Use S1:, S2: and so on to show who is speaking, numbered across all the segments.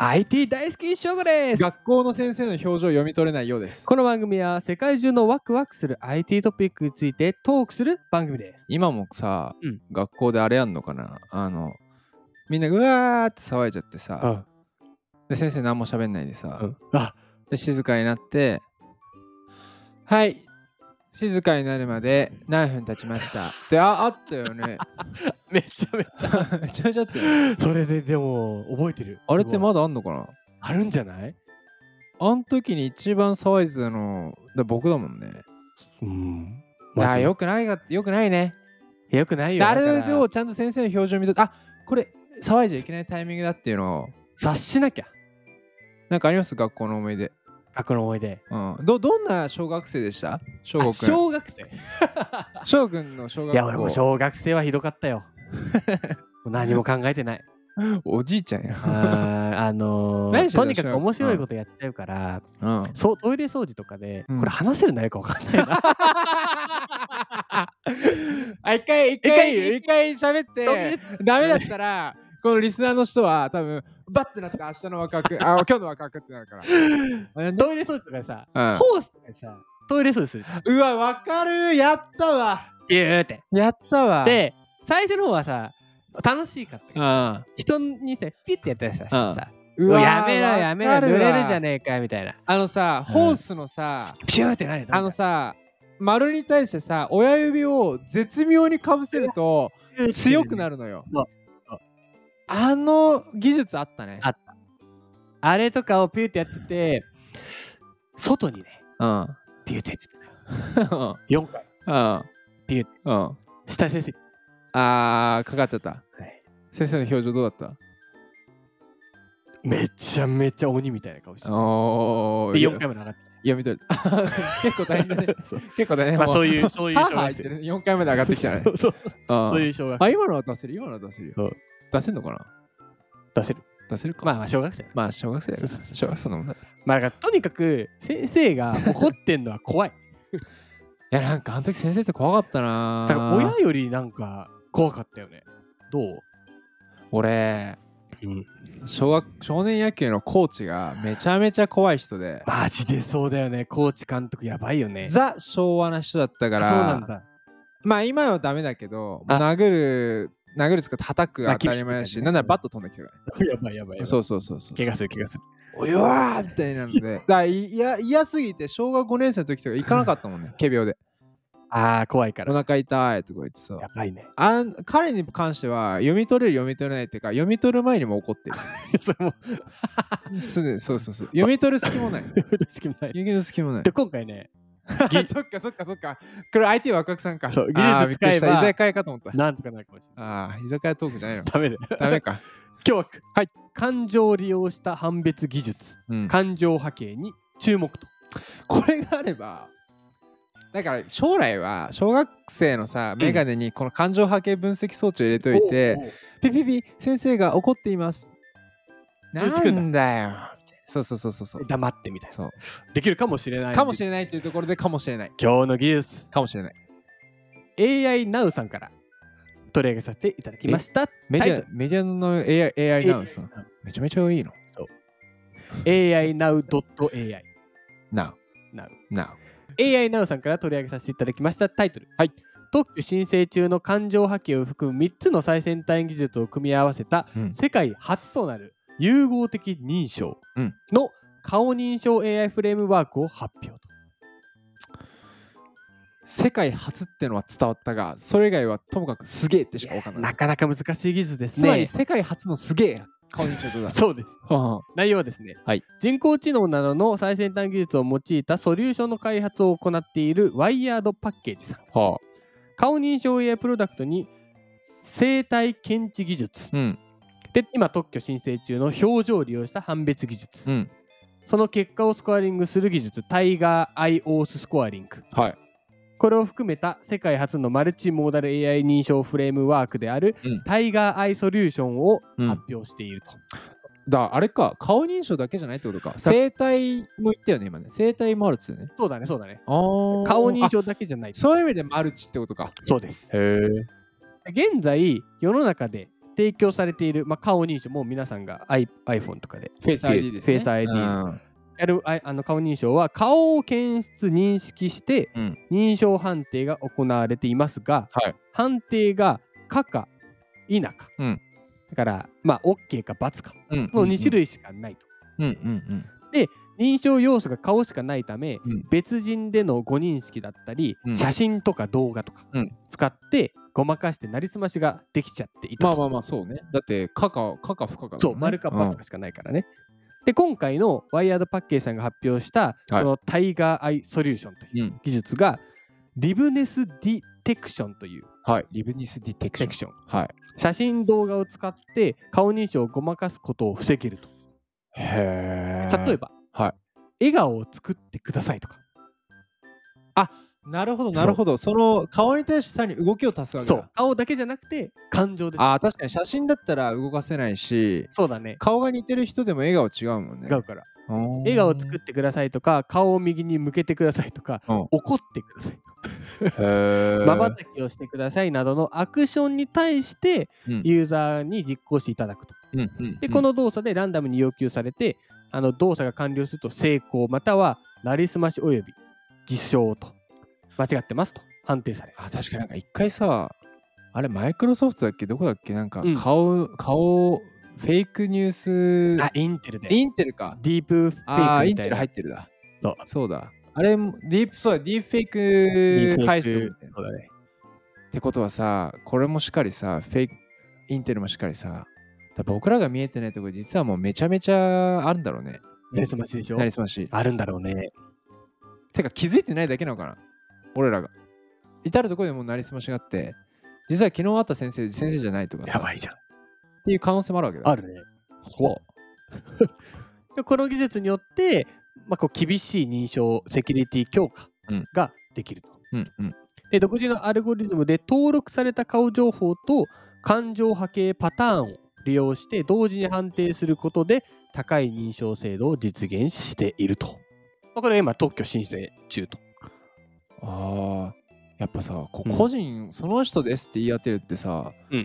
S1: IT 大好き翔吾です
S2: 学校の先生の表情を読み取れないようです
S1: この番組は世界中のワクワクする IT トピックについてトークする番組です
S2: 今もさ、
S1: うん
S2: 学校であれやんのかなあのみんなうわーって騒いじゃってさ、
S1: うん
S2: で先生何も喋んないでさ、
S1: うんあ
S2: で静かになってはい静かになるまで何分経ちましたでああったよね
S1: めちゃめちゃ
S2: めちゃめちゃあったよね
S1: それででも覚えてる
S2: あれって
S1: すごい
S2: まだあんのかな
S1: あるんじゃない
S2: あん時に一番騒いでたのだ僕だもんね
S1: うん
S2: いや
S1: あ
S2: よ
S1: よ
S2: くないがよくないね
S1: よくないよ
S2: あ
S1: だ
S2: れ
S1: から
S2: をちゃんと先生の表情を見とってあこれ騒いじゃいけないタイミングだっていうのを
S1: 察しなきゃ
S2: なんかあります学校の思い出、
S1: 過去の思い出
S2: うん、どどんな小学生でした小
S1: あ
S2: 学生
S1: 小学生
S2: 小学君の小学校
S1: いや俺も小学生はひどかったよ もう何も考えてない
S2: おじいちゃんや、
S1: あーあ のー
S2: 何してた
S1: とにかく面白いことやっちゃうから、
S2: うん、
S1: そうトイレ掃除とかで、
S2: うん
S1: これ話せる内容か分かんないな
S2: あ一回一回一回喋ってダメだったらこのリスナーの人は多分バッてなって明日のワクワクあ今 日のワクワクってなるから
S1: トイレ掃除とかでさ、
S2: うん
S1: ホースとかでさトイレ掃除するじゃん
S2: うわわかるやったわ
S1: ギューって
S2: やったわ
S1: で最初の方はさ楽しいかったけ
S2: う
S1: ど
S2: ん
S1: 人にさピッてやったりさして
S2: うん
S1: さ、
S2: う
S1: お
S2: わ
S1: いやめろやめろ
S2: わか
S1: 濡
S2: わ
S1: れるじゃねえかよみたいな
S2: あのさ
S1: うん
S2: ホースのさ、
S1: ピューってなるやつ
S2: あのさ丸に対してさ親指を絶妙にかぶせると強くな
S1: る
S2: るのよ
S1: そうそう
S2: あの技術あったね
S1: ああれとかをピューってやってて外にね
S2: うん
S1: ピューってやってたのよ
S2: うん
S1: 4 回
S2: うん
S1: ピュッ
S2: うん
S1: 下先生
S2: あーかかっちゃった、
S1: い
S2: 先生の表情どうだっ
S1: めちゃめちゃ鬼みたいな顔して
S2: た
S1: た
S2: おー
S1: で
S2: いや
S1: 4回もなかった
S2: 読み取れた 結構大変だね
S1: そう
S2: 結構大変
S1: まあそう
S2: う
S1: いうそういう小学生
S2: 4回まで上がってきたね
S1: そうそうそういうう小学生
S2: あ今のは出せる今のは出せるよ、
S1: うん
S2: 出せんのかな
S1: 出せる
S2: 出せるか
S1: まあまあ小学生
S2: まあ小学生だよ
S1: そうそうそう
S2: 小学生のもんだい
S1: まあなんかとにかく先生が怒ってんのは 怖い
S2: やなんかあの時先生って怖かったな
S1: だから親よりなんか怖かったよねどう、
S2: 俺小学少年野球のコーチがめちゃめちゃ怖い人で
S1: マジでそうだよねコーチ監督やばいよね
S2: ザ昭和な人だったから
S1: そうなん だ
S2: まあ今はダメだけど
S1: あ
S2: 殴る殴るつか叩く
S1: まあ
S2: が当たり前だ
S1: 厳しく
S2: し、
S1: ね
S2: なんならバット飛んできたか
S1: やばいやばいや
S2: らね
S1: ばい
S2: そうそうそうそう
S1: 怪我する怪我する
S2: およわーみたいな のでだからいや嫌すぎて小学5年生の時とか行かなかったもんね仮 病で
S1: ああ怖いか
S2: お
S1: ら
S2: 腹痛いとか言ってさ
S1: やばいね
S2: あん彼に関しては読み取れる読み取れないっていうか読み取る前にも怒ってる
S1: それも
S2: すでそうそうそう。読み取る隙もない。読
S1: 好きもない
S2: み取る隙もない
S1: で。今回ねぎ
S2: そっかそっかそっか。これ IT 若くさんか。
S1: そう
S2: あー
S1: 技術使えば
S2: びっくりした居酒屋かと思った。
S1: なんとかなるかもしれない。
S2: ああ、居酒屋トークじゃないの
S1: ダメだよ
S2: ダ メか。
S1: 今日は、
S2: はい、
S1: 感情を利用した判別技術
S2: うん
S1: 感情波形に注目と
S2: これがあれば、だから将来は小学生のさ、メガネにこの感情波形分析装置を入れといて、ピピピ、先生が怒っています。な
S1: それ作る
S2: ん
S1: ん
S2: だよ。そうそうそうそうそう。
S1: 黙ってみたい
S2: そう
S1: なできるかもしれない
S2: かもしれないっていうところでかもしれない。
S1: 今日の技術
S2: かもしれない。
S1: AI Now さんから取り上げさせていただきました
S2: メデ
S1: タイ
S2: ィ
S1: ト
S2: アメディアの AI, AI なのさ、めちゃめちゃいいの。
S1: AI Now.ai
S2: Now。
S1: Now
S2: Now。
S1: AI Now さんから取り上げさせていただきましたタイトル、
S2: はい、
S1: 特許申請中の感情波形を含む3つの最先端技術を組み合わせた
S2: うん
S1: 世界初となる融合的認証
S2: うん
S1: の顔認証 AI フレームワークを発表と。
S2: 世界初ってのは伝わったが、それ以外はともかくすげえってしか分かんな。
S1: ないかなか難しい技術ですね。
S2: つまり世界初のすげえ顔認証 だ。
S1: そうです。
S2: うん
S1: 内容はですね、
S2: はい
S1: 人工知能などの最先端技術を用いたソリューションの開発を行っているワイヤードパッケージさん。
S2: はあ。
S1: 顔認証 AI プロダクトに生体検知技術。
S2: うん。
S1: で、今特許申請中の表情を利用した判別技術。
S2: うん。
S1: その結果をスコアリングする技術、タイガーアイオーススコアリング。
S2: はい。
S1: これを含めた世界初のマルチモーダル AI 認証フレームワークである、
S2: うん
S1: タイガーアイソリューションを
S2: うん
S1: 発表していると。
S2: だあれか、顔認証だけじゃないってことか。生体も言ったよね、今ね。生体マルチだよね。
S1: そうだね、そうだね。
S2: あ
S1: 顔認
S2: あ
S1: 証だけじゃない。
S2: そういう意味でマルチってことか。
S1: そうです。
S2: へえ。
S1: 現在世の中で提供されている、まあ、顔認証、もう皆さんが I iPhone とかで
S2: フェイス ID です、
S1: フ
S2: ね。
S1: ェイス ID
S2: うん
S1: やるああの顔認証は顔を検出認識して
S2: うん
S1: 認証判定が行われていますが、
S2: はい
S1: 判定が可か否か、
S2: うん
S1: だからまあ OK か×か
S2: うん
S1: の2種。類しかないと、
S2: うんうん
S1: 認証要素が顔しかないため、
S2: うん
S1: 別人での誤認識だったり、
S2: うん
S1: 写真とか動画とか
S2: うん
S1: 使ってごまかしてなりすましができちゃっていた
S2: ま
S1: と
S2: あまあまあそうね。だって、かか、かか不可かだもんね。
S1: そう、丸か
S2: うん
S1: ×かしかないからね。で、今回のワイヤードパッケージさんが発表した、
S2: はい
S1: このタイガーアイソリューションという
S2: うん。
S1: 技術が、リブネスディテクションという
S2: はい。リブニスディテク
S1: セ
S2: ション
S1: ク。ション。
S2: はい。
S1: 写真、動画を使って顔認証をごまかすことを防げると。
S2: へ
S1: 例えば、
S2: は
S1: 笑顔を作ってくださいとか。
S2: なるほ
S1: そう
S2: ど、なるほど。その顔に対してさらに動きを足すわけだ。
S1: そう、顔だけじゃなくて感情です。
S2: あー確かに写真だったら動かせないし、
S1: そうだね。
S2: 顔が似てる人でも笑顔違うもんね。
S1: 違うから。
S2: 笑
S1: 笑顔を作ってくださいとか、顔を右に向けてくださいとか、
S2: うん
S1: 怒ってくださいとか
S2: て
S1: まばたきをしてくださいなどのアクションに対して
S2: うん
S1: ユーザーに実行していただくと。で、こ
S2: の
S1: の動作でランダムに要求されて、あの動作が完了すると成功またはなりすましおよび実証と間違ってますと判定される。
S2: あ確かになんか一回さあれマイクロソフトだっけどこだっけなんか
S1: うん
S2: 顔、顔フェイクニュース
S1: あ、インテルで。
S2: インテルか
S1: ディープフ
S2: あ
S1: ェ
S2: ー
S1: イク
S2: イ
S1: みたい
S2: ンテ
S1: な。
S2: ル入
S1: デ
S2: ってるだ
S1: そう
S2: そうだあれもディープそうだディープフェ
S1: ィー
S2: イ
S1: プ
S2: ク
S1: フェイ
S2: 解
S1: ク
S2: 除っ
S1: そうだね。
S2: てことはさこれもしっかりさフェイクインテルもしっかりさだ僕らが見えてないとこ実はもうめちゃめちゃあるんだろうね
S1: なりすましでしょ
S2: なりすまし
S1: あるんだろうね。
S2: てか気づいてないだけなのかな俺らが。至るところでもうなりすましがあって、実は昨日会った先生、先生じゃないとか
S1: や
S2: さ、
S1: ばいじゃん。
S2: っていう可能性もあるわけだ。
S1: あるね。
S2: ほう
S1: でこの技術によって、まあ、こう厳しい認証、セキュリティ強化
S2: うん
S1: ができると。
S2: うんうん。
S1: で独自のアルゴリズムで登録された顔情報と感情波形パターンを利用して同時に判定することで高い認証精度を実現していると。まあこれは今特許申請中と。
S2: ああ、やっぱさ、こ
S1: うん
S2: 個人、その人ですって言い当てるってさ、
S1: うん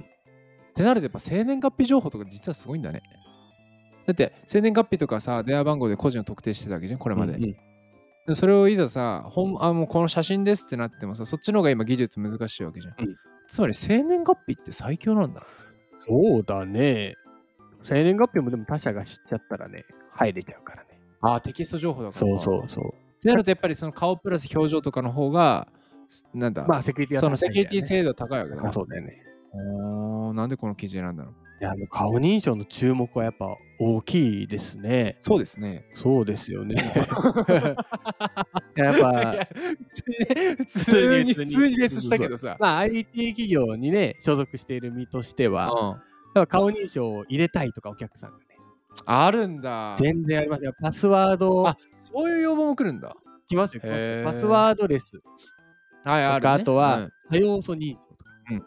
S2: ってなるとやっぱ生年月日情報とか実はすごいんだね。だって生年月日とかさ、電話番号で個人を特定してたわけじゃん、これまで。
S1: うんうん
S2: でそれをいざさ、ほんあもうこの写真ですってなってもさ、そっちの方が今技術難しいわけじゃん。
S1: うん
S2: つまり生年月日って最強なんだ。
S1: そうだね。生年月日もでも他者が知っちゃったらね、入れちゃうからね。
S2: ああ、テキスト情報だから
S1: そ
S2: か。
S1: うそうそう。
S2: ってなると、やっぱりその顔プラス表情とかの方が、すなんだ、
S1: まあセキュリティは
S2: その
S1: 高
S2: セ
S1: いん
S2: キ
S1: だ
S2: ュ
S1: よ
S2: リ
S1: ね
S2: ティ精度は高いわけだ。
S1: あそうだよね。
S2: おーなんでこの記事選んだの
S1: いや、もう顔認証の注目はやっぱ大きいですね。
S2: そうですね。
S1: そうですよ ね。 いややっぱ。
S2: 普
S1: 普
S2: 通
S1: 通
S2: に、
S1: に
S2: 普通にレスしたけどさ。
S1: まあ、IT 企業にね、所属している身としては、だ
S2: うん
S1: から顔認証を入れたいとか、お客さんがね、
S2: あるんだ。
S1: 全然ありますよ。パスワード、
S2: あそういう要望も来るんだ。
S1: 来ますよ。
S2: へー
S1: パスワードレス、
S2: はい、ある、ね。
S1: あとは
S2: うん
S1: 多要素認証とか、
S2: うん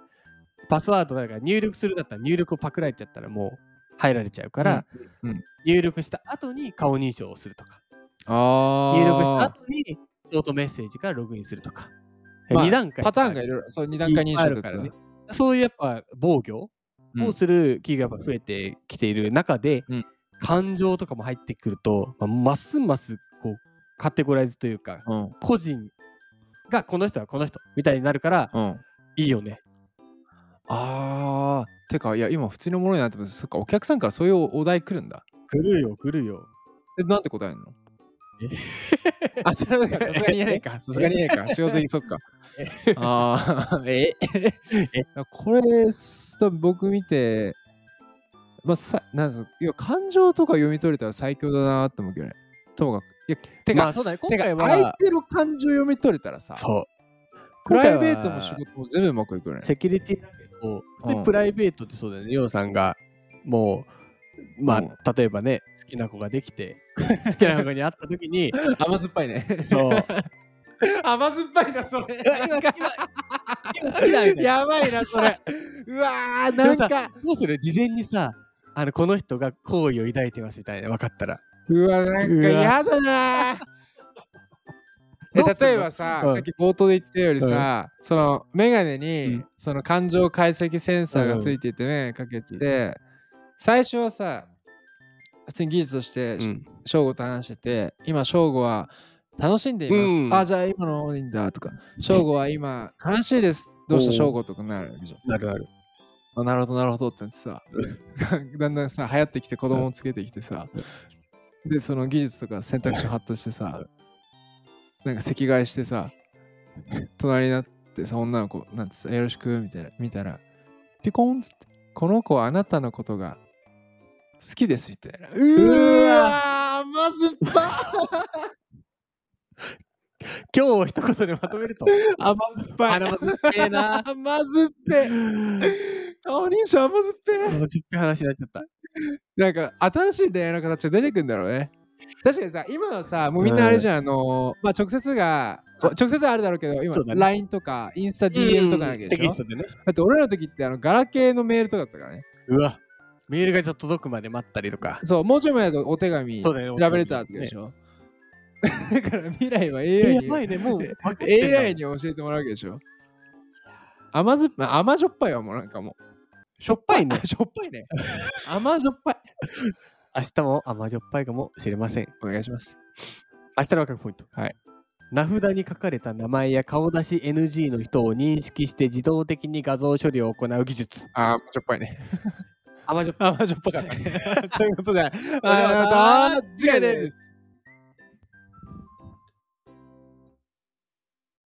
S1: パスワードだから入力するだったら入力をパクられちゃったらもう入られちゃうから、
S2: うんうん
S1: 入力した後に顔認証をするとか、
S2: あー
S1: 入力した後にショートメッセージからログインするとか、
S2: まあ
S1: 2段階
S2: パターンがいろいろ、そう、二段階認証とか
S1: いっぱいあるからね
S2: ね。
S1: そういうやっぱ防御
S2: うん
S1: をする企業が増えてきている中で、
S2: うん
S1: 感情とかも入ってくると、まあ、ますますこうカテゴライズというか
S2: うん。
S1: 個人がこの人はこの人みたいになるから
S2: うん。
S1: いいよね。
S2: あー。てか、いや、今普通のものになってます。そっか、お客さんからそういうお題来るんだ。
S1: 来るよ来るよ。
S2: え、なんて答えんのあ、それはだからさすがに言えないか。さすがに言え ないか。仕事的にそっか。ああ、え これ、す多分僕見て、まあ、さなんすいや感情とか読み取れたら最強だなって思うけどね。ともかく。いや、て
S1: ま
S2: か
S1: あ、そうだね今
S2: てか
S1: 回
S2: 相
S1: は
S2: 手の感情読み取れたらさ、
S1: そう
S2: プライベートも仕
S1: 今回は
S2: 事も全部うまくいくよね。
S1: セキュリティだけど普通
S2: うん
S1: にプライベートってそうだよね。りょうさんがもうま
S2: うん
S1: あ例えばね好きな子ができて 好きな子に会った時 に
S2: 甘酸っぱいね。
S1: そう
S2: 甘酸っぱいな、それ。
S1: 今今今好きだみたいな。
S2: やばいな、それ。うわー、なん
S1: でも
S2: か。
S1: どうする事前にさあのこの人が好意を抱いてますみたいな分かったら
S2: うわ、なんか
S1: うわ
S2: やだなー。え
S1: どうすんの
S2: 例えばさ、
S1: うん
S2: さっき冒頭で言ったよりさ、そのメガネに、
S1: うん
S2: その感情解析センサーがついていてね、かけてて、最初はさ、普通に技術として
S1: うん
S2: 翔吾と話してて、今翔吾は楽しんでいます。
S1: うん
S2: あ、じゃあ今のいいんだとか、翔吾は今悲しいです。どうした翔吾とかなるわけじゃん
S1: なるなる。
S2: あなるほどなるほどってなって さだんだんさ流行ってきて子供をつけてきてさでその技術とか選択肢発達してさなんか席替えしてさ隣になってさ女の子なんてさよろしくみたいな見たらピコンっつってこの子はあなたのことが好きですみたいなうーわーまずっぱ
S1: 今日を一言でまとめると。
S2: 甘酸っぱい
S1: あのまずっぺえ な。
S2: 甘酸っぱい顔認証甘酸っぱい
S1: マジっぺ話になっちゃった。
S2: なんか新しい恋愛の形が出てくるんだろうね。確かにさ、今はさ、もうみんなあれじゃん、あのーまあ、直接が、
S1: あ
S2: 直接はあるだろうけど、今
S1: そう、だね
S2: LINE とか、インスタ DM とかなわけで
S1: テキ
S2: しょ
S1: ス。トでね。
S2: だって俺らの時って、あの、ガラケーのメールとかだったからね。
S1: うわ。メールがちょっと届くまで待ったりとか。
S2: そう、もうちょい前だとお手紙、
S1: そうだよね
S2: ラブレターとかでしょ。だから未来は AI
S1: えや
S2: に、
S1: ばいね、もう。
S2: AI に教えてもらうわけでしょ。甘酸っぱい、甘じょっぱいはもうなんかもう。しょっ
S1: ぱいね
S2: しょっぱいね。甘じょっぱい。
S1: 明日も甘じょっぱいかもしれません。
S2: お願いします。
S1: 明日のワクワクポイント。
S2: はい。
S1: 名札に書かれた名前や顔出し NG の人を認識して自動的に画像処理を行う技術。
S2: あー、甘じょっぱいね。
S1: 甘じょっぱい
S2: あ、まあ、ちょっぱか。ということで、あ
S1: は
S2: なたは次回です。